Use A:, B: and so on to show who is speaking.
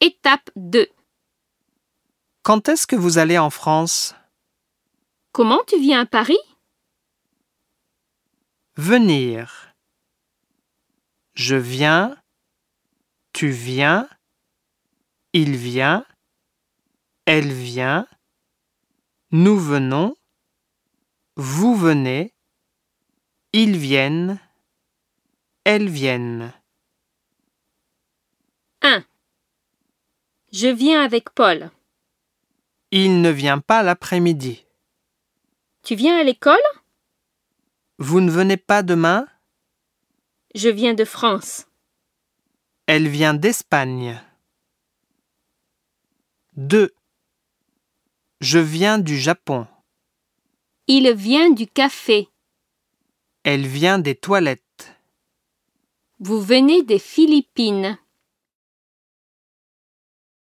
A: Étape 2.
B: Quand est-ce que vous allez en France
A: Comment tu viens à Paris
B: Venir. Je viens. Tu viens. Il vient. Elle vient. Nous venons. Vous venez. Ils viennent. Elles viennent.
A: 1. Je viens avec Paul.
B: Il ne vient pas l'après-midi.
A: Tu viens à l'école
B: Vous ne venez pas demain
A: Je viens de France.
B: Elle vient d'Espagne. 2. Je viens du Japon.
A: Il vient du café.
B: Elle vient des toilettes.
A: Vous venez des Philippines.